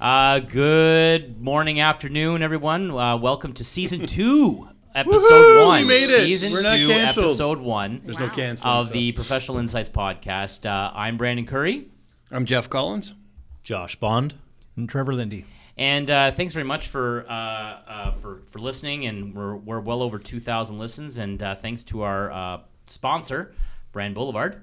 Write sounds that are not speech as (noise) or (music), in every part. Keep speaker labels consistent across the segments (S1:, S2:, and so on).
S1: Uh, good morning, afternoon, everyone. Uh, welcome to
S2: (laughs)
S1: season two, episode one.
S2: made it.
S1: Season
S2: We're not
S1: two,
S2: canceled.
S1: episode one
S2: There's no
S3: Wow.
S2: cancel.
S1: of
S2: so.
S1: the Professional Insights podcast. Uh, I'm Brandon Curry.
S2: I'm Jeff Collins.
S4: Josh Bond.
S5: and Trevor Lindy.
S1: And uh, thanks very much for uh, uh, for for listening, and we're, we're well over two thousand listens. And uh, thanks to our uh, sponsor, Brand Boulevard,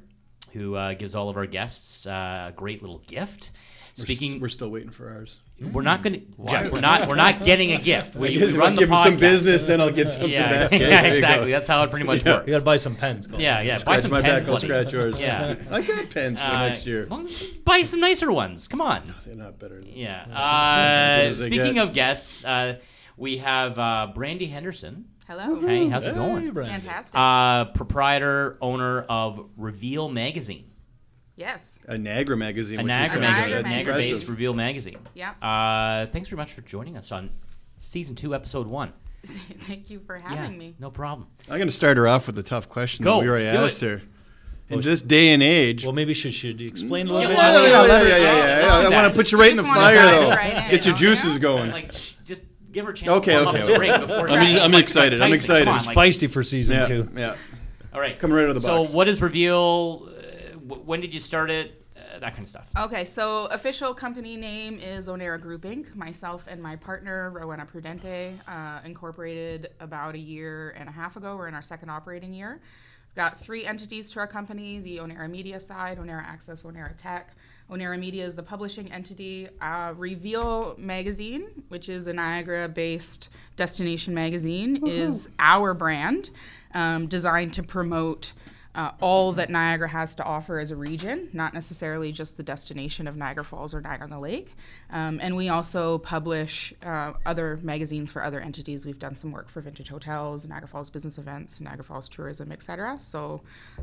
S1: who uh, gives all of our guests uh, a great little gift. Speaking,
S2: we're Hmm. still waiting for ours.
S1: we're, not going to Jeff. We're not we're
S2: (laughs)
S1: not getting a gift. We, we run the
S2: give
S1: podcast.
S2: some business, then I'll get
S1: (laughs)
S2: something
S1: Yeah,
S2: back.
S1: yeah, exactly. That's how it pretty much
S2: (laughs) Yeah.
S4: You gotta
S1: works.
S4: buy some pens. Colin.
S1: Yeah, yeah. Buy
S2: Buy
S1: some
S2: my
S1: pens,
S2: back. I'll
S1: buddy.
S2: scratch yours.
S1: Yeah.
S2: (laughs) I got pens for
S1: Uh,
S2: next year.
S1: well, buy some nicer ones. Come on.
S2: They're not better. Than
S1: Yeah.
S2: as
S1: Uh,
S2: good as they
S1: speaking
S2: get.
S1: of guests, uh, we have uh, Brandy Henderson.
S3: Hello.
S1: Hey, how's it
S4: Hey,
S1: going?
S4: Brandon.
S3: Fantastic.
S1: Uh, proprietor, owner of Reveal Magazine,
S3: yes.
S2: A Niagara magazine.
S1: a
S2: which we
S1: Niagara
S2: found.
S3: Niagara
S1: magazine,
S2: That's
S3: magazine.
S1: Niagara based
S2: impressive.
S1: Reveal Magazine.
S3: Yeah. (laughs)
S1: Uh, thanks very much for joining us on season two, episode one.
S3: Thank you for having me.
S1: No problem.
S2: I'm going to start her off with a tough question
S1: Go,
S2: that we already
S1: do
S2: asked
S1: it.
S2: her. In this day and age.
S4: Well, maybe she should explain a
S2: yeah,
S4: little
S2: Mm-hmm. yeah,
S1: yeah,
S2: yeah,
S4: bit.
S2: yeah,
S1: let her-
S2: yeah, yeah,
S1: let's
S2: yeah.
S1: do
S2: I want
S1: that.
S2: to put you right in the
S3: Just wanna
S2: fire,
S3: dive
S2: though.
S3: right
S2: Get
S3: in,
S2: your
S3: you know?
S2: juices going.
S1: Like, sh- just give her a chance
S2: Okay,
S1: to warm
S2: okay,
S1: up the
S2: okay.
S1: ring before she
S2: I'm-
S1: gets
S2: I'm
S1: like
S2: excited,
S1: Mike
S2: I'm
S1: Tyson. Come
S2: excited.
S1: on,
S2: It's
S1: like-
S4: Feisty for season
S2: Yeah,
S4: two.
S2: yeah.
S1: All right.
S2: Coming right out of the
S1: so
S2: box.
S1: what is Reveal? Uh, wh- when did you start it? Uh, that kind of stuff.
S3: Okay, so official company name is Onera Group Inc. Myself and my partner Rowena Prudente uh, incorporated about a year and a half ago. We're in our second operating year. We've got three entities to our company: the Onera Media side, Onera Access, Onera Tech. Onera Media is the publishing entity. Uh, Reveal Magazine, which is a Niagara-based destination magazine, is our brand um, designed to promote uh, all that Niagara has to offer as a region, not necessarily just the destination of Niagara Falls or Niagara on the Lake. Um, and we also publish uh, other magazines for other entities. We've done some work for Vintage Hotels, Niagara Falls Business Events, Niagara Falls Tourism, etc. So,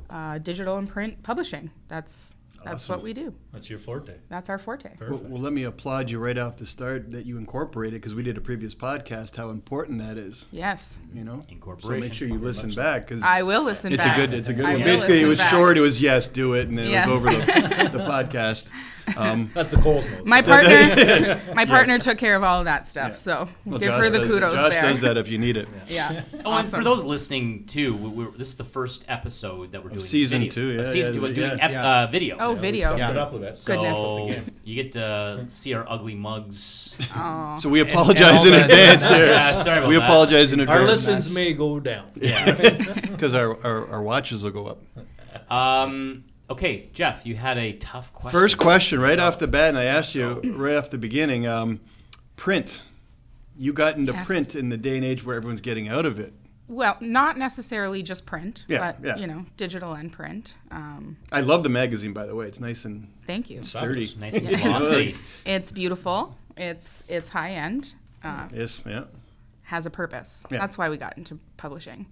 S3: uh, digital and print publishing. That's that's what we do.
S4: That's your forte.
S3: That's our forte.
S2: Well, well, let me applaud you right off the start that you incorporated because we did a previous podcast how important that is.
S3: Yes,
S2: You know, so
S1: Incorporation.
S2: make sure you listen back because
S3: I will listen.
S2: it's
S3: back.
S2: a good, it's a good.
S3: I
S2: One.
S3: will
S2: Basically, it
S3: listen
S2: was
S3: back.
S2: short. It was yes, do it, and then
S3: Yes.
S2: it was over
S3: (laughs)
S2: the, the podcast. Um,
S4: That's the Coles notes.
S2: (laughs)
S3: My partner, my partner took care of all of that stuff. So
S2: well,
S3: give
S2: Josh
S3: her the
S2: does-
S3: kudos
S2: Josh
S3: there.
S2: does that if you need it. (laughs)
S3: Yeah.
S1: Oh, and for
S3: Awesome.
S1: those listening too, we- we're, this is the first episode that we're doing
S2: season
S1: video.
S2: two, yeah,
S1: Of season
S2: yeah,
S1: two, we're
S2: yeah,
S1: doing ep-
S5: yeah.
S1: uh, video.
S3: Oh, video.
S4: Yeah.
S5: Yeah.
S4: Put up with it.
S3: Good. goodness.
S1: So you get to see our ugly
S2: (laughs)
S1: mugs.
S3: Aw.
S2: So we apologize in
S4: that.
S2: advance
S1: (laughs)
S2: here.
S1: Yeah, sorry about
S2: we
S1: that.
S2: apologize in
S4: Our
S2: advance (laughs)
S4: listens may go down.
S2: because our, our our watches will go up.
S1: Um, okay, Jeff, you had a tough question.
S2: First question, right off the bat, and I asked you
S3: Oh.
S2: right off the beginning. Um, print, you got into
S3: Yes.
S2: print in the day and age where everyone's getting out of it.
S3: Well, not necessarily just print,
S2: Yeah,
S3: but
S2: yeah.
S3: you know, digital and print. Um,
S2: I love the magazine, by the way. It's nice and
S3: thank you.
S2: sturdy.
S1: Nice
S2: (laughs)
S1: and
S3: Yes.
S1: glossy.
S3: It's beautiful. It's it's high end. Uh,
S2: Yes, yeah.
S3: has a purpose.
S2: Yeah.
S3: That's why we got into publishing.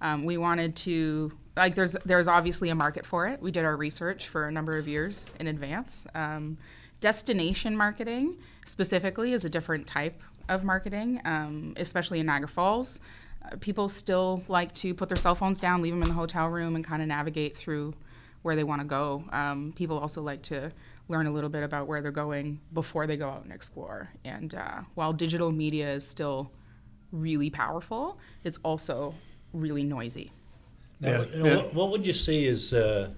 S3: Um, we wanted to like there's there's obviously a market for it. We did our research for a number of years in advance. Um, destination marketing specifically is a different type of marketing, um, especially in Niagara Falls. Uh, people still like to put their cell phones down, leave them in the hotel room, and kind of navigate through where they want to go. Um, people also like to learn a little bit about where they're going before they go out and explore. And uh, while digital media is still really powerful, it's also really noisy.
S4: Now,
S2: Yeah.
S4: what- you know,
S2: Yeah.
S4: What, what would you say is uh,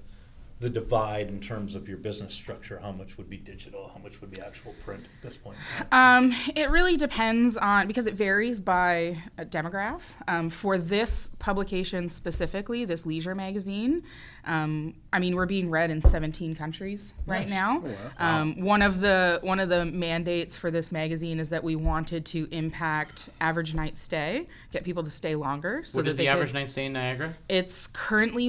S4: the divide in terms of your business structure? How much would be digital? How much would be actual print at this point? in time?
S3: Um, it really depends on because it varies by uh, demograph. Um, for this publication specifically, this leisure magazine, um, I mean, we're being read in 17 countries right now.
S1: Oh,
S3: um, one of the one of the mandates for this magazine is that we wanted to impact average night stay, get people to stay longer. So
S1: What
S3: that
S1: is
S3: they
S1: the average
S3: could-
S1: night stay in Niagara?
S3: It's currently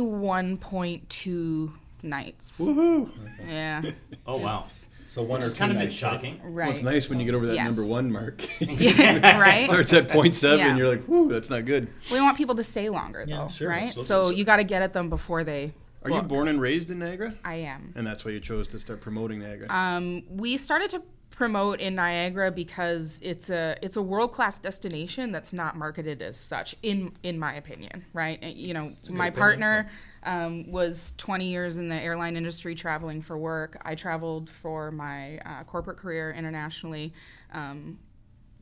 S3: 1.2 nights.
S2: Woohoo!
S1: (laughs)
S3: Yeah,
S1: Oh wow,
S4: So one or
S1: it's
S4: two
S1: kind of been
S4: nights, right?
S1: shocking.
S3: right.
S2: Well, it's nice when you get over that
S3: Yes.
S2: number one mark. (laughs)
S3: (laughs) Yeah, right.
S2: Starts at point seven,
S3: Yeah.
S2: you're like, whoo, that's not good.
S3: We want people to stay longer, though,
S4: Yeah, sure.
S3: right?
S4: So-
S3: So,
S4: so-
S3: you got to get at them before they.
S2: Are you
S3: book.
S2: born and raised in Niagara?
S3: I am.
S2: And that's why you chose to start promoting Niagara.
S3: Um, we started to promote in Niagara because it's a it's a world class destination that's not marketed as such, in in my opinion, right? Uh, You know, my partner um, was 20 years in the airline industry traveling for work. I traveled for my uh, corporate career internationally. Um,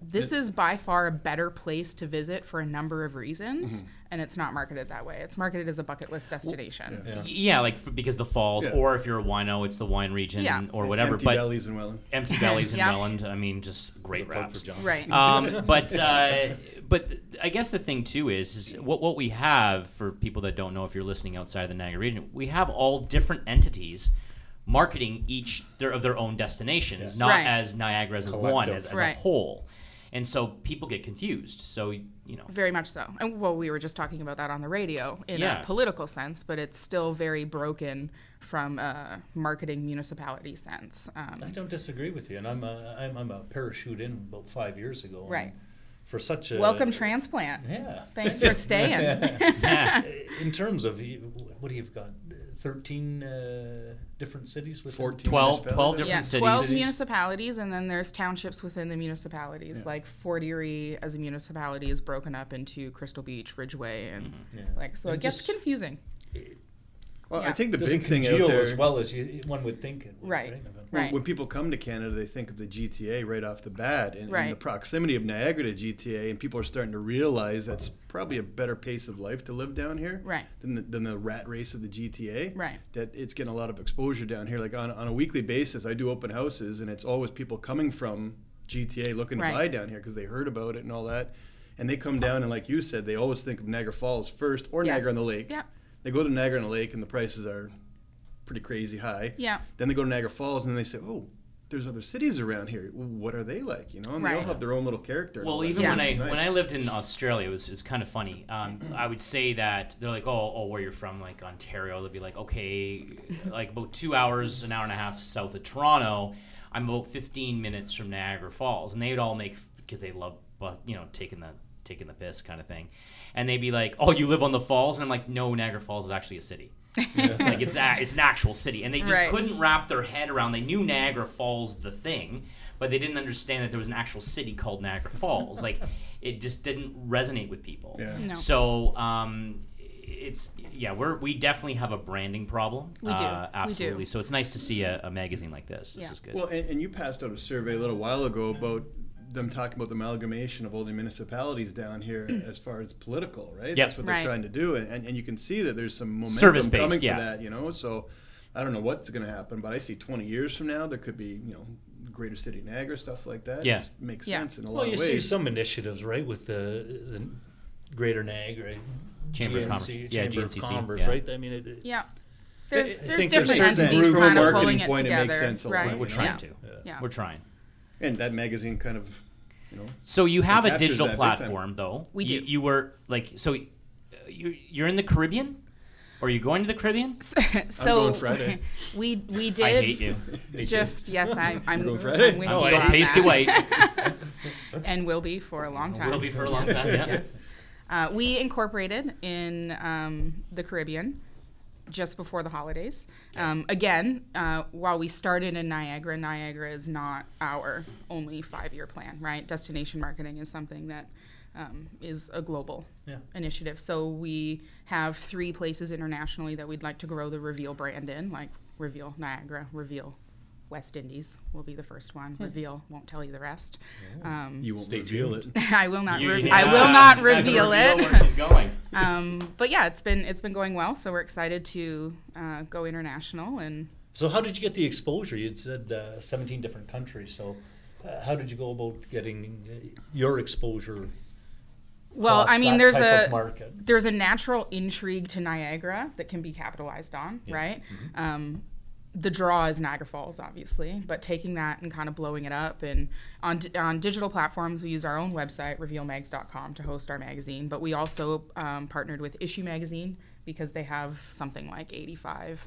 S3: this is by far a better place to visit for a number of reasons, and it's not marketed that way. It's marketed as a bucket list destination.
S1: Y- Yeah, like f- because the falls,
S2: Yeah.
S1: or if you're a wino, it's the wine region
S3: Yeah.
S1: or whatever.
S2: Empty
S1: but
S2: bellies and well.
S1: empty bellies in
S3: (laughs) Yeah.
S1: Welland, I mean, just great
S4: Plug for
S1: raps.
S4: John.
S3: Right.
S4: (laughs)
S1: um, but uh, but th- I guess the thing too is, is what what we have for people that don't know if you're listening outside of the Niagara region, we have all different entities marketing each their of their own destinations,
S4: Yes.
S1: not
S3: Right.
S1: as Niagara as one
S4: Collective.
S1: as, as
S3: Right.
S1: a whole, and so people get confused. So you
S3: (laughs)
S1: know,
S3: Very much so. And well, we were just talking about that on the radio in
S1: Yeah.
S3: a political sense, but it's still very broken from a marketing municipality sense.
S4: I
S3: Um,
S4: don't disagree with you, and I'm a, I'm, I'm a parachute in about five years ago. and
S3: Right.
S4: For such a
S3: welcome, transplant.
S4: Yeah.
S3: Thanks
S1: (laughs)
S3: for staying.
S1: yeah.
S4: (laughs) In terms of you- what do you've got? Thirteen uh, different cities with
S2: 14.
S1: 12, 12
S2: Yeah,
S3: yeah,
S1: different
S3: 12
S1: cities.
S3: municipalities, and then there's townships within the municipalities. Like Fort Erie as a municipality is broken up into Crystal Beach, Ridgeway, and
S1: Mm-hmm.
S4: Yeah.
S3: like, so
S4: And
S3: it gets
S4: just-
S3: confusing.
S2: Well, I
S3: Yeah.
S2: think the
S4: doesn't
S2: big thing out
S4: congeal
S2: there,
S4: as well as you, one would think it would.
S3: Right.
S2: when-
S3: Right.
S2: when people come to Canada, they think of the GTA right off the bat, and, and the
S3: Right.
S2: proximity of Niagara to GTA, and people are starting to realize that's probably a better pace of life to live down here
S3: Right.
S2: than the, than the rat race of the GTA.
S3: Right.
S2: That it's getting a lot of exposure down here. Like on, on a weekly basis, I do open houses, and it's always people coming from GTA looking
S3: Right.
S2: to buy down here because they heard about it and all that. And they come down, and like you said, they always think of Niagara Falls first or Niagara on the
S3: Yes.
S2: Lake.
S3: Yeah.
S2: They go to Niagara on the Lake, and the prices are pretty crazy high.
S3: Yeah.
S2: Then they go to Niagara Falls and they say, "Oh, there's other cities around here. What are they like?" You know, and they all
S3: Right.
S2: have their own little character. and all
S1: Well,
S2: that.
S1: even
S3: Yeah.
S1: when I
S2: It's nice.
S1: when I lived in Australia, it was it's kind of funny. Um, I would say that they're like, oh, oh, where you're from, like Ontario. They'd be like, okay, like about two hours, an hour and a half south of Toronto. I'm about 15 minutes from Niagara Falls, and they'd all make because they love, bu- you know, taking the taking the piss kind of thing, and they'd be like, oh, you live on the falls, and I'm like, no, Niagara Falls is actually a
S3: (laughs)
S1: city. like it's a, it's an actual city, and they just
S3: Right.
S1: couldn't wrap their head around. They knew Niagara Falls the thing, but they didn't understand that there was an actual city called Niagara
S2: (laughs)
S1: Falls. like it just didn't resonate with people.
S2: Yeah.
S3: No.
S1: So um, it's yeah, we're we definitely have a branding problem.
S3: We do.
S1: Uh,
S3: We do.
S1: absolutely. So it's nice to see a, a magazine like this. This
S3: Yeah.
S1: is good.
S2: well, and, and you passed out a survey a little while ago about them talking about the amalgamation of all the municipalities down
S3: (clears throat)
S2: here as far as political, right?
S1: Yeah.
S2: That's what they're
S3: Right.
S2: trying to do, and, and, and you can see that there's some momentum
S1: Service-based,
S2: coming
S1: yeah.
S2: for that. You know, so I don't know what's going to happen, but I see 20 years from now there could be you know greater city Niagara stuff like that.
S1: Yeah.
S2: It just makes
S3: Yeah.
S2: sense in a lot
S4: Well, you
S2: of
S4: see
S2: ways.
S4: some initiatives, right, with the, the Greater Niagara
S1: Chamber of
S4: GNC,
S1: Commerce.
S4: Chamber
S1: Yeah,
S4: of
S1: GNCC,
S4: Commerce,
S1: yeah.
S4: right? I mean, it, it-
S3: Yeah. There's,
S4: I
S3: there's
S4: think there's
S3: different
S4: certain
S3: entities
S2: room
S3: kind of
S2: marketing
S3: pulling it
S2: point, it
S3: together.
S2: makes sense a lot,
S3: right.
S2: you
S1: we're
S2: know?
S1: trying
S3: yeah.
S1: to.
S3: Yeah.
S1: We're trying.
S2: and that magazine kind of, you know,
S1: So you have a
S2: captures
S1: digital
S2: that big time.
S1: platform, though.
S3: We
S1: You,
S3: do.
S1: you were like so. uh, You you're in the Caribbean, or are you going to the Caribbean?
S2: (laughs)
S3: so
S2: going Friday.
S3: (laughs) we we did
S1: I hate you.
S2: (laughs)
S3: just yes I'm I'm,
S2: going
S3: I'm
S2: Friday?
S3: with
S1: I'm
S3: you
S1: still
S3: on
S1: pasty
S3: that.
S1: white.
S3: (laughs) and will be for a long time.
S1: Will be for a long time. Yeah.
S3: yes. Uh, we incorporated in um, the Caribbean just before the holidays. Um, again, uh, while we started in Niagara, Niagara is not our only five year plan, right? Destination marketing is something that um, is a global
S4: Yeah.
S3: initiative. So we have three places internationally that we'd like to grow the Reveal brand in, like Reveal Niagara, Reveal West Indies will be the first one. Reveal won't tell you the rest. Um,
S2: you won't
S4: Stay
S2: reveal
S4: tuned.
S2: it.
S3: (laughs) I will not.
S1: You-
S3: Re-
S1: yeah.
S3: I will not
S1: She's gonna
S3: reveal
S1: where
S3: it.
S1: she's going.
S3: Um, but yeah, it's been it's been going well, so we're excited to uh, go international. And
S4: So, how did you get the exposure? You said uh, 17 different countries. So, uh, how did you go about getting uh, your exposure?
S3: well,
S4: across
S3: I mean,
S4: that
S3: there's
S4: type
S3: a
S4: of market.
S3: there's a natural intrigue to Niagara that can be capitalized on,
S4: Yeah. Mm-hmm.
S3: right? Um, the draw is Niagara Falls, obviously, but taking that and kind of blowing it up. And on, di- on digital platforms, we use our own website, revealmags.com, to host our magazine. But we also um, partnered with Issue Magazine because they have something like 85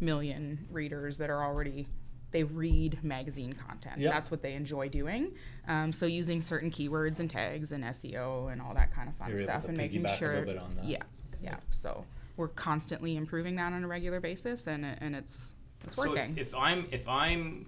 S3: million readers that are already, they read magazine content.
S4: Yep.
S3: That's what they enjoy doing. Um, so using certain keywords and tags and SEO and all that kind of fun
S4: You're able
S3: stuff
S4: to
S3: and making
S4: piggyback a
S3: sure
S4: little bit on that.
S3: yeah yeah so we're constantly improving that on a regular basis and it- and it's (laughs) it's
S1: So
S3: working
S1: if, if I'm if I'm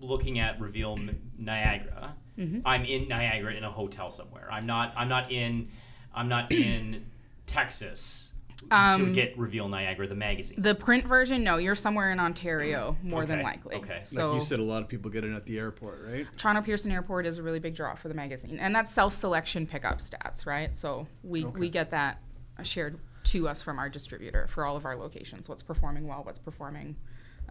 S1: looking at Reveal M- Niagara,
S3: Mm-hmm.
S1: I'm in Niagara
S3: (clears throat)
S1: in a hotel somewhere. I'm not I'm not in I'm not in Texas to
S3: Um,
S1: get Reveal Niagara the magazine.
S3: The print version, no, you're somewhere in Ontario, more than
S1: Okay,
S3: likely.
S1: okay. Like
S3: So
S2: like you said, a lot of people get in at the airport, right?
S3: Toronto Pearson Airport is a really big draw for the magazine, and that's self-selection pickup stats, right? So we we get that shared to us from our distributor for all of our locations. What's performing well? What's performing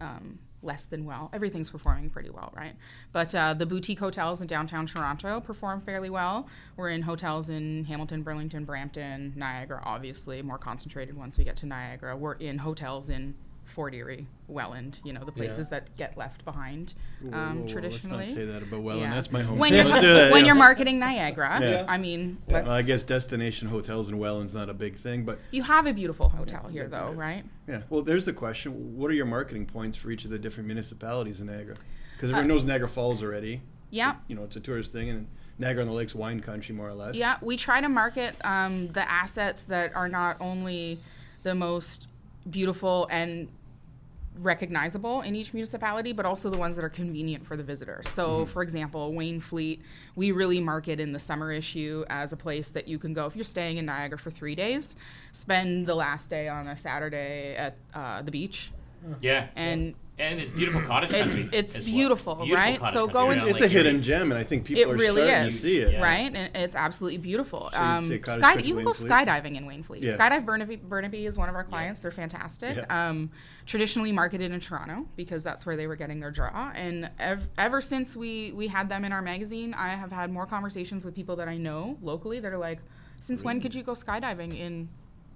S3: um, less than well? Everything's performing pretty well, right? But uh, the boutique hotels in downtown Toronto perform fairly well. We're in hotels in Hamilton, Burlington, Brampton, Niagara, obviously more concentrated once we get to Niagara. We're in hotels in Fort Erie, Welland, you know the places that get left behind um,
S2: Whoa, whoa, whoa,
S3: traditionally.
S2: Let's not say that about Welland.
S3: Yeah.
S2: That's my home.
S3: When you're,
S2: Let's do that,
S3: when
S2: yeah.
S3: you're marketing Niagara,
S2: Yeah.
S3: I mean, let's,
S2: Well, I guess destination hotels in Welland's not a big thing, but
S3: you have a beautiful hotel here, though, right?
S2: yeah. Well, there's the question: What are your marketing points for each of the different municipalities in Niagara? Because everyone knows Niagara Falls already.
S3: Uh, Yeah.
S2: You know, it's a tourist thing, and Niagara on the Lake's wine country, more or less.
S3: Yeah, we try to market um, the assets that are not only the most beautiful and recognizable in each municipality, but also the ones that are convenient for the visitor. So,
S2: Mm-hmm.
S3: for example, Wayne Fleet, we really market in the summer issue as a place that you can go if you're staying in Niagara for three days, spend the last day on a Saturday at uh, the beach,
S1: yeah.
S3: and
S1: And it's beautiful cottage
S3: It's-
S1: country.
S3: it's
S1: as well.
S3: beautiful, right?
S1: cottage
S3: So
S1: country.
S3: go
S1: Yeah,
S3: and-
S2: It's a
S1: like you
S2: hidden
S1: mean.
S2: gem, and I think people
S3: It
S2: are
S3: really
S2: starting
S3: is,
S2: to see it.
S1: Yeah.
S3: right? And it's absolutely beautiful.
S2: you'd
S3: um,
S2: say cottage
S3: sky,
S2: country,
S3: you can go
S2: Wayne Fleet?
S3: skydiving in Wayne Fleet.
S2: Yeah.
S3: Skydive Burnaby, Burnaby is one of our clients. They're fantastic.
S2: Yeah.
S3: Um, traditionally marketed in Toronto because that's where they were getting their draw. And ev- ever since we we had them in our magazine, I have had more conversations with people that I know locally that are like, "Since when could you go skydiving in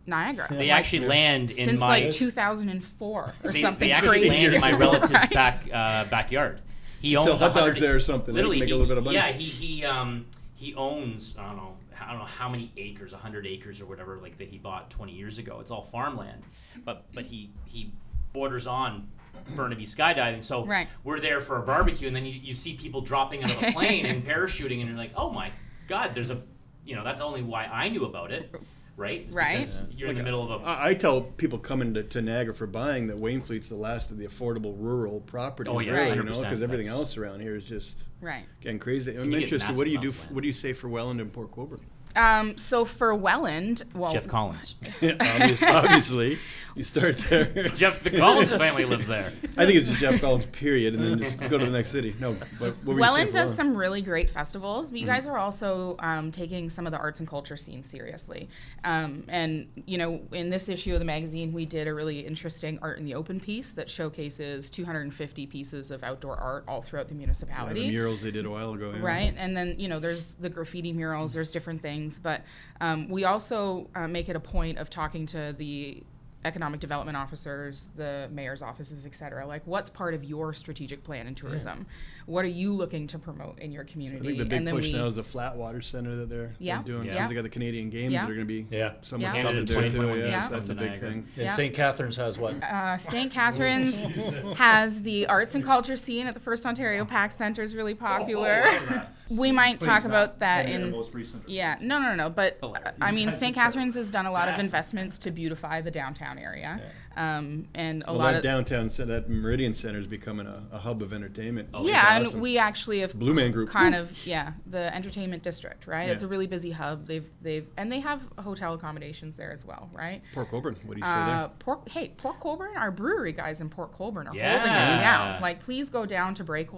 S3: Niagara?"
S1: They
S3: Like,
S1: actually land in
S3: since
S1: my
S3: like 2004 or
S1: they,
S3: something
S1: they actually
S3: crazy.
S1: land in
S3: (laughs)
S1: my relative's
S3: Right?
S1: back uh, backyard. He
S2: Sell
S1: owns a
S2: hot dogs
S1: hundred-
S2: there or something, they
S1: Literally,
S2: make a
S1: he-
S2: little bit of money.
S1: Yeah, he he um he owns I don't know I don't know how many acres, hundred acres or whatever, like that he bought twenty years ago. It's all farmland, but but he he borders on. Burnaby skydiving, so
S3: Right.
S1: we're there for a barbecue, and then you, you see people dropping out of a plane
S3: (laughs)
S1: and parachuting, and you're like, "Oh my god!" There's a, you know, that's only why I knew about it, right? It's
S3: Right.
S1: because You're in the middle of a
S2: I I tell people coming to, to Niagara for buying that Wayne Fleet's the last of the affordable rural properties,
S1: Oh, yeah,
S2: really, you know,
S1: 100%,
S2: because everything
S1: that's-
S2: else around here is just
S3: Right.
S2: getting crazy. I'm
S1: you get
S2: interested. What do you
S1: massive
S2: do?
S1: amounts
S2: f
S1: of land.
S2: what do you say for Welland and Port
S1: (laughs)
S2: (laughs) Coburn?
S3: Um, so for Welland, well,
S1: Jeff Collins.
S2: Obvious, obviously, you start there.
S1: (laughs) Jeff the
S3: (laughs)
S1: Collins family lives there.
S2: I think it's just Jeff Collins, period, and then just go to the next city. No, but what were you saying
S3: Welland
S2: for Mm-hmm.
S3: does some really great festivals, but you guys are also um, taking some of the arts and culture scene seriously. Um, and you know, in this issue of the magazine, we did a really interesting art in the open piece that showcases 250 pieces of outdoor art all throughout the
S2: Yeah,
S3: municipality.
S2: the murals they did a while ago? yeah.
S3: Right, and then you know, there's the graffiti murals, there's different things, but um, we also uh, make it a point of talking to the economic development officers, the mayor's offices, et cetera. Like, what's part of your strategic plan in tourism? What are you looking to promote in your
S2: I
S3: community?
S2: think the big
S3: and then
S2: push
S3: we,
S2: now is the Flatwater Center that they're,
S3: Yeah,
S2: they're doing. 'cause
S1: yeah.
S2: They got the Canadian Games
S3: Yeah.
S2: that are going to be
S4: Yeah.
S2: somewhat
S3: Yeah.
S2: sponsored there too.
S1: 2021
S2: Yeah,
S1: games
S2: so that's a
S1: on the
S2: big
S1: Niagara.
S2: thing.
S4: And
S3: Yeah.
S4: St. Catherine's has
S2: (laughs)
S4: what?
S3: uh, St. Catharines has the arts and culture scene at the First Ontario Pack Center is really popular.
S2: Oh,
S3: we might talk about that in Yeah, no, no, no. But
S1: Hilarious.
S3: uh, I
S1: (laughs)
S3: mean, St. Catharines has done a lot of investments to beautify the downtown area, um, and a
S2: Well,
S3: lot
S2: that
S3: of
S2: downtown, cen- that Meridian Center is becoming a, a hub of entertainment. Oh,
S3: yeah,
S2: that's awesome.
S3: and we actually have
S2: Blue Man Group.
S3: kind of yeah the entertainment district, right? It's
S2: Yeah.
S3: a really busy hub. They've they've and they have hotel accommodations there as well, right?
S2: Port Coburn. What do you say
S3: Uh,
S2: there?
S3: Port, hey, Port Colborne, our brewery guys in Port Colborne are
S1: Yeah.
S3: holding it down. Like, please go down to Breakwall.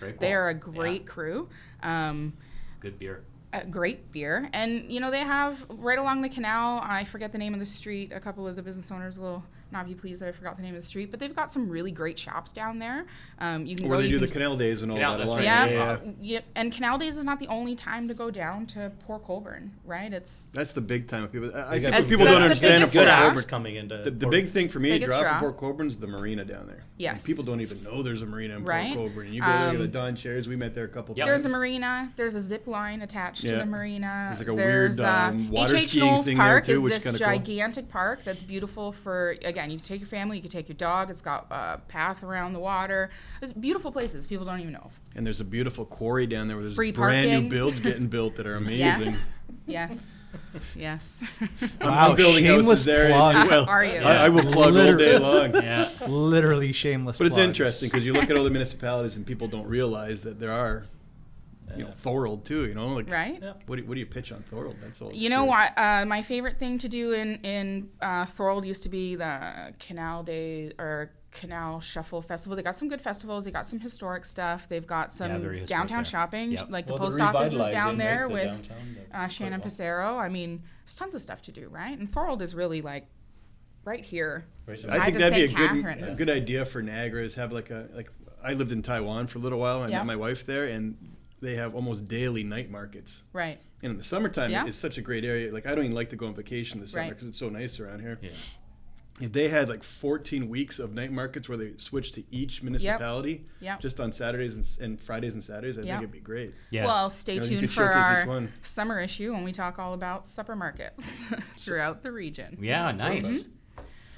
S1: Breakwall,
S3: They are a great
S1: yeah.
S3: crew. Um,
S1: (laughs) Good beer.
S3: uh, great beer. And you know they have right along the canal. I forget the name of the street. A couple of the business owners will not be pleased that I forgot the name of the street, but they've got some really great shops down there. Um, you can
S2: Where
S3: go.
S2: they
S3: you
S2: do the
S3: can-
S2: Canal Days and all
S1: Canal,
S2: that.
S1: that's
S2: along-
S1: right.
S3: yeah,
S2: yeah.
S3: uh, yep. And Canal Days is not the only time to go down to Port Colborne, right? It's
S2: That's the big time of people. I, I
S4: got
S2: think
S4: some
S2: people
S4: good-
S2: don't
S3: That's the
S2: understand a
S3: biggest
S2: Port
S3: draw.
S2: Coburn.
S4: coming into
S2: The, the
S4: Port-
S2: big thing for me to
S3: Biggest
S2: draw from
S3: draw.
S2: Port Coburn's the marina down there.
S3: Yes.
S2: people don't even know there's a marina in
S3: Right.
S2: Port Coburn. You go
S3: Um,
S2: look at the Don Chairs. We met there a couple
S1: Yep.
S3: there's
S2: times.
S3: a marina. There's a zip line attached to
S2: Yeah.
S3: the marina.
S2: There's like a
S3: There's,
S2: weird, um,
S3: uh,
S2: water
S3: H.H.
S2: skiing
S3: Knowles
S2: thing there
S3: Park
S2: too,
S3: is
S2: which
S3: this
S2: is kinda cool.
S3: gigantic park that's beautiful for again. You can take your family. You can take your dog. It's got a path around the water. It's beautiful places people don't even know. of.
S2: And there's a beautiful quarry down there where there's
S3: Free
S2: brand
S3: parking.
S2: new builds getting built that are amazing.
S3: (laughs) Yes. Yes. Yes. (laughs)
S2: I'm,
S5: Wow,
S2: I'm building houses
S5: shameless
S2: there.
S5: plug.
S2: and- well,
S3: Are you?
S2: I, I will plug all day
S5: Literally.
S2: long.
S1: Yeah.
S5: Literally shameless.
S2: But it's
S5: plugs.
S2: interesting because you look at all the municipalities and people don't realize that there are you know, Thorold too. You know, like
S3: right?
S4: Yeah.
S2: what do, what do you pitch on Thorold? That's all.
S3: You know what? Uh, my favorite thing to do in in uh, Thorold used to be the Canal Day or Canal Shuffle Festival. They got some good festivals. They got some historic stuff. They've got some
S1: Yeah, very historic
S3: downtown
S1: there.
S3: shopping,
S1: Yep.
S3: like
S4: Well,
S3: the
S4: they're
S3: post office is
S4: revitalizing,
S3: down
S4: right,
S3: there
S4: the
S3: with
S4: downtown, but
S3: uh,
S4: quite
S3: Shannon
S4: well.
S3: Passero. I mean, there's tons of stuff to do, right? And Thorold is really like right here.
S4: Right
S2: I
S4: now.
S3: I
S2: think
S3: just
S2: that'd
S3: say
S2: be a good
S3: Catherine's.
S2: good idea for Niagara is have like a like I lived in Taiwan for a little while. I
S3: Yeah.
S2: met my wife there, and they have almost daily night markets.
S3: Right.
S2: And in the summertime,
S3: Yeah.
S2: it's such a great area. Like I don't even like to go on vacation this summer
S3: Right.
S2: because it's so nice around here.
S1: Yeah.
S2: If they had like 14 weeks of night markets where they switch to each municipality,
S3: Yep.
S2: just on Saturdays and, s- and Fridays and Saturdays, I
S3: Yep.
S2: think it'd be great.
S1: Yeah.
S3: Well, stay
S2: You know, you
S3: tuned
S2: could
S3: for
S2: showcase each
S3: our
S2: one.
S3: summer issue when we talk all about supper markets (laughs) throughout the region.
S1: yeah, nice.
S3: Mm-hmm.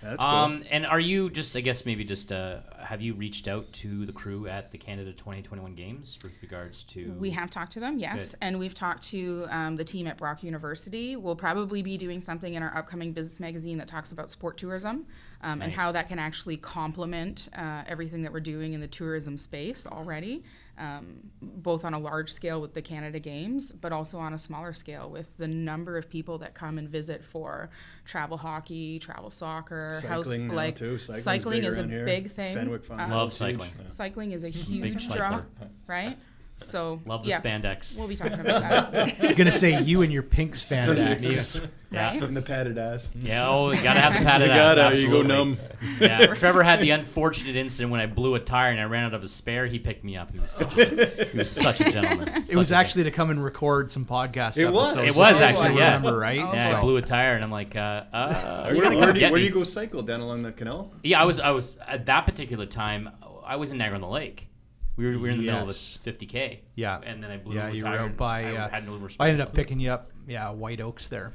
S2: That's cool.
S1: Um, and are you just, I guess maybe just, uh, have you reached out to the crew at the Canada 2021 Games with regards to?
S3: We have talked to them, yes,
S1: Good.
S3: and we've talked to um, the team at Brock University. We'll probably be doing something in our upcoming business magazine that talks about sport tourism um, and how
S1: Nice.
S3: that can actually complement uh, everything that we're doing in the tourism space already, um, both on a large scale with the Canada Games, but also on a smaller scale with the number of people that come and visit for travel hockey, travel soccer, house-
S2: cycling now
S3: like
S2: too. Cycling's
S3: cycling
S2: big
S3: is a
S2: around here.
S3: big thing.
S2: Fenwick Farm.
S3: Uh,
S1: Love
S3: s-
S1: cycling.
S3: Cycling is
S2: (laughs)
S3: a huge draw,
S1: cycler.
S3: right? So
S1: Love the
S3: yeah.
S1: spandex.
S3: We'll be talking about that.
S5: I'm gonna say you and your
S2: (laughs)
S5: pink spandex.
S1: yeah.
S3: Right?
S2: and the padded ass.
S1: Yeah, oh, you gotta have the padded
S2: You
S1: ass.
S2: gotta, you go
S1: absolutely.
S2: numb.
S1: Yeah,
S3: (laughs)
S1: Trevor had the unfortunate incident when I blew a tire and I ran out of a spare. He picked me up. He was such a, he was such a
S2: (laughs)
S1: gentleman.
S5: It was actually to come and record some podcast.
S4: It was.
S5: episodes,
S4: It was
S5: if you
S3: actually, yeah.
S5: Remember right?
S3: Oh,
S1: Yeah,
S3: So-
S1: I blew a tire and I'm like, uh, uh,
S2: Where,
S1: you gotta
S2: where
S1: come
S2: do you,
S1: get
S2: where do
S1: me.
S2: you go cycle down along the canal?
S1: Yeah, I was, I was at that particular time. I was in Niagara on the Lake. We were, we were in the middle of a
S5: Yes.
S1: 50k.
S5: Yeah.
S1: and then I blew
S5: yeah,
S1: a
S5: you
S1: tire.
S5: were
S1: and
S5: out by.
S1: I
S5: uh,
S1: had no response.
S5: I ended up picking you up. Yeah, White Oaks there.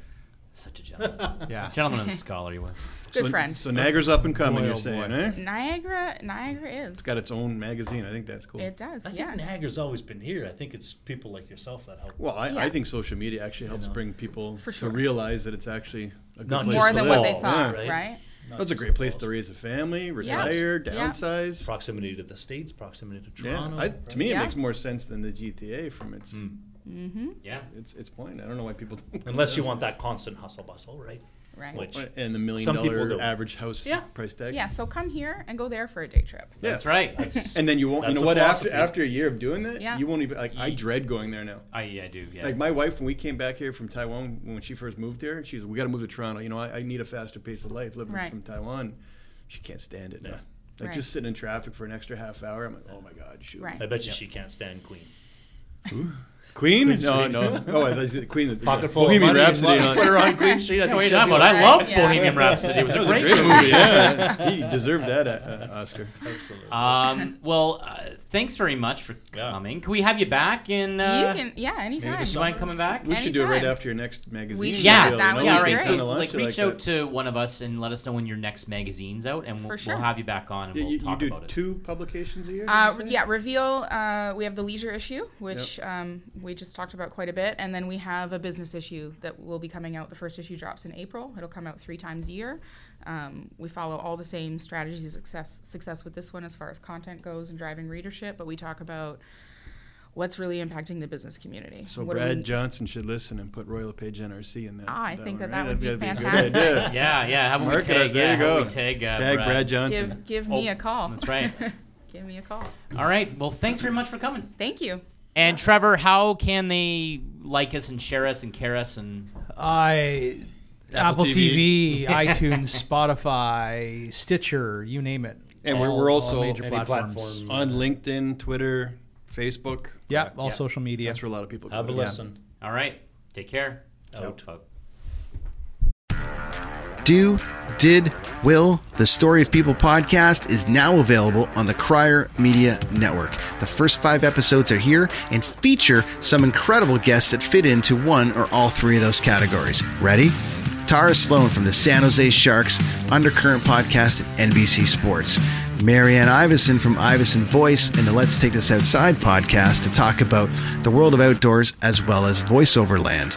S1: Such a
S5: (laughs)
S1: gentleman. (laughs)
S5: Yeah.
S1: gentleman and scholar he was.
S3: Good
S2: so,
S3: friend.
S2: So Niagara's up and coming.
S5: Boy,
S2: you're
S5: oh
S2: saying,
S5: boy.
S2: eh?
S3: Niagara, Niagara is.
S2: Got its own magazine. I think that's cool.
S3: It does,
S4: I
S3: yeah.
S4: think Niagara's always been here. I think it's people like yourself that help.
S2: Well, I,
S3: Yeah.
S2: I think social media actually helps bring people
S3: For
S2: to
S3: sure.
S2: realize that it's actually a good
S4: Not
S2: place
S4: just
S3: More
S2: to
S3: than
S2: live.
S3: what they
S4: Falls,
S3: thought,
S4: right?
S3: right?
S4: Not
S2: That's a
S4: just
S2: great place
S4: Falls.
S2: to raise a family,
S3: Yeah.
S2: retire,
S3: Yeah.
S2: downsize.
S4: Proximity to the states, proximity to
S2: Yeah,
S4: Toronto.
S2: I,
S4: right? Hmm.
S2: to me,
S3: Yeah.
S2: it makes more sense than the GTA from its
S3: Mm-hmm,
S1: Yeah,
S2: its its point. I don't know why people don't
S4: (laughs)
S2: (laughs)
S4: Unless you want that constant hustle bustle, right?
S3: Right.
S4: Which
S2: and the million
S4: Some people
S2: dollar
S4: don't.
S2: average house
S4: Yeah.
S2: price tag.
S3: Yeah, so come here and go there for a day trip.
S1: that's
S2: Yes.
S1: right.
S4: that's,
S2: And then you won't. you
S4: That's the
S2: know what? After
S4: philosophy.
S2: after a year of doing that,
S3: Yeah.
S2: you won't even. Like I dread going there now.
S1: (laughs) I, I do. Yeah.
S2: Like my wife, when we came back here from Taiwan, when she first moved here, she's we got to move to Toronto. You know, I, I need a faster pace of life. Living
S3: Right.
S2: from Taiwan, she can't stand it now. Like
S3: Right.
S2: just sitting in traffic for an extra half hour, I'm like, oh my god, shoot.
S3: Right.
S4: I bet you she can't stand Queen.
S2: Queen? no,
S4: Street.
S2: no. (laughs) Oh, I thought you said Queen.
S4: Pocket full
S2: Bohemian
S4: of money and
S2: Rhapsody.
S4: love.
S2: on-
S4: Put her on Queen Street. I think
S1: Wait,
S4: she'll
S1: I'm
S4: do
S1: on.
S4: it.
S1: I love
S3: Yeah.
S1: Bohemian Rhapsody. It was
S2: (laughs) That
S1: a
S2: was a
S1: great
S2: great movie. Yeah, (laughs) he deserved that uh, uh, Oscar.
S4: Absolutely.
S1: Um, well, uh, thanks very much for
S4: Yeah.
S1: coming. Can we have you back in? Uh,
S3: you can, yeah, anytime.
S1: you mind coming back?
S2: We should do it right
S3: Anytime.
S2: after your next magazine.
S3: should.
S1: yeah,
S2: really,
S3: that
S2: no?
S3: would
S1: yeah.
S3: be
S1: All right.
S3: great.
S1: So,
S2: Kinda launch
S1: like,
S2: it
S1: reach
S2: like
S1: out to one of us and let us know when your next magazine's out, and we'll,
S3: sure.
S1: we'll have you back on and
S2: Yeah,
S1: we'll
S2: you, you
S1: talk
S2: do
S1: about it.
S2: two publications a year.
S3: Uh,
S2: did you say?
S3: yeah, reveal. Uh, we have the leisure issue, which um, we just talked about quite a bit, and then we have a business issue that will be coming out. The first issue drops in April. It'll come out three times a year. Um, we follow all the same strategies of success success with this one as far as content goes and driving readership, but we talk about what's really impacting the business community.
S2: So
S3: What do
S2: Brad
S3: we-
S2: Johnson should listen and put Royal Page NRC in that.
S3: Ah, I think
S2: one,
S3: that that
S2: right?
S3: would
S2: That'd
S3: be
S2: a good idea.
S1: Yeah, yeah. How about
S2: Market
S1: we tag?
S2: us, there
S1: yeah,
S2: you
S1: how about
S2: go.
S1: we tag, uh,
S2: Tag Brad Johnson.
S3: give give me
S1: Oh,
S3: a call.
S1: That's right.
S3: (laughs) give me a call.
S1: All right. Well, thanks very much for coming.
S3: Thank you.
S1: And Trevor, how can they like us and share us and care us and
S5: (laughs) I
S2: Apple
S5: Apple,
S2: TV. (laughs)
S5: TV, iTunes, Spotify, Stitcher, you name it.
S2: And we're-
S5: All-
S2: we're
S5: all
S2: also
S5: major
S4: Any
S5: platforms.
S4: platform.
S2: On LinkedIn, Twitter, Facebook.
S5: Yeah, all
S1: Yeah.
S5: social media.
S2: That's where a lot of people
S4: Have a
S2: go.
S4: listen.
S1: all right. Take care. Oh,
S4: Out.
S1: Out.
S6: Do, Did, Will, the Story of People podcast is now available on the Crier Media Network. The first five episodes are here and feature some incredible guests that fit into one or all three of those categories. Ready? Tara Sloan from the San Jose Sharks, Undercurrent Podcast at NBC Sports. Marianne Iveson from Iveson Voice and the Let's Take This Outside podcast to talk about the world of outdoors as well as voiceover land.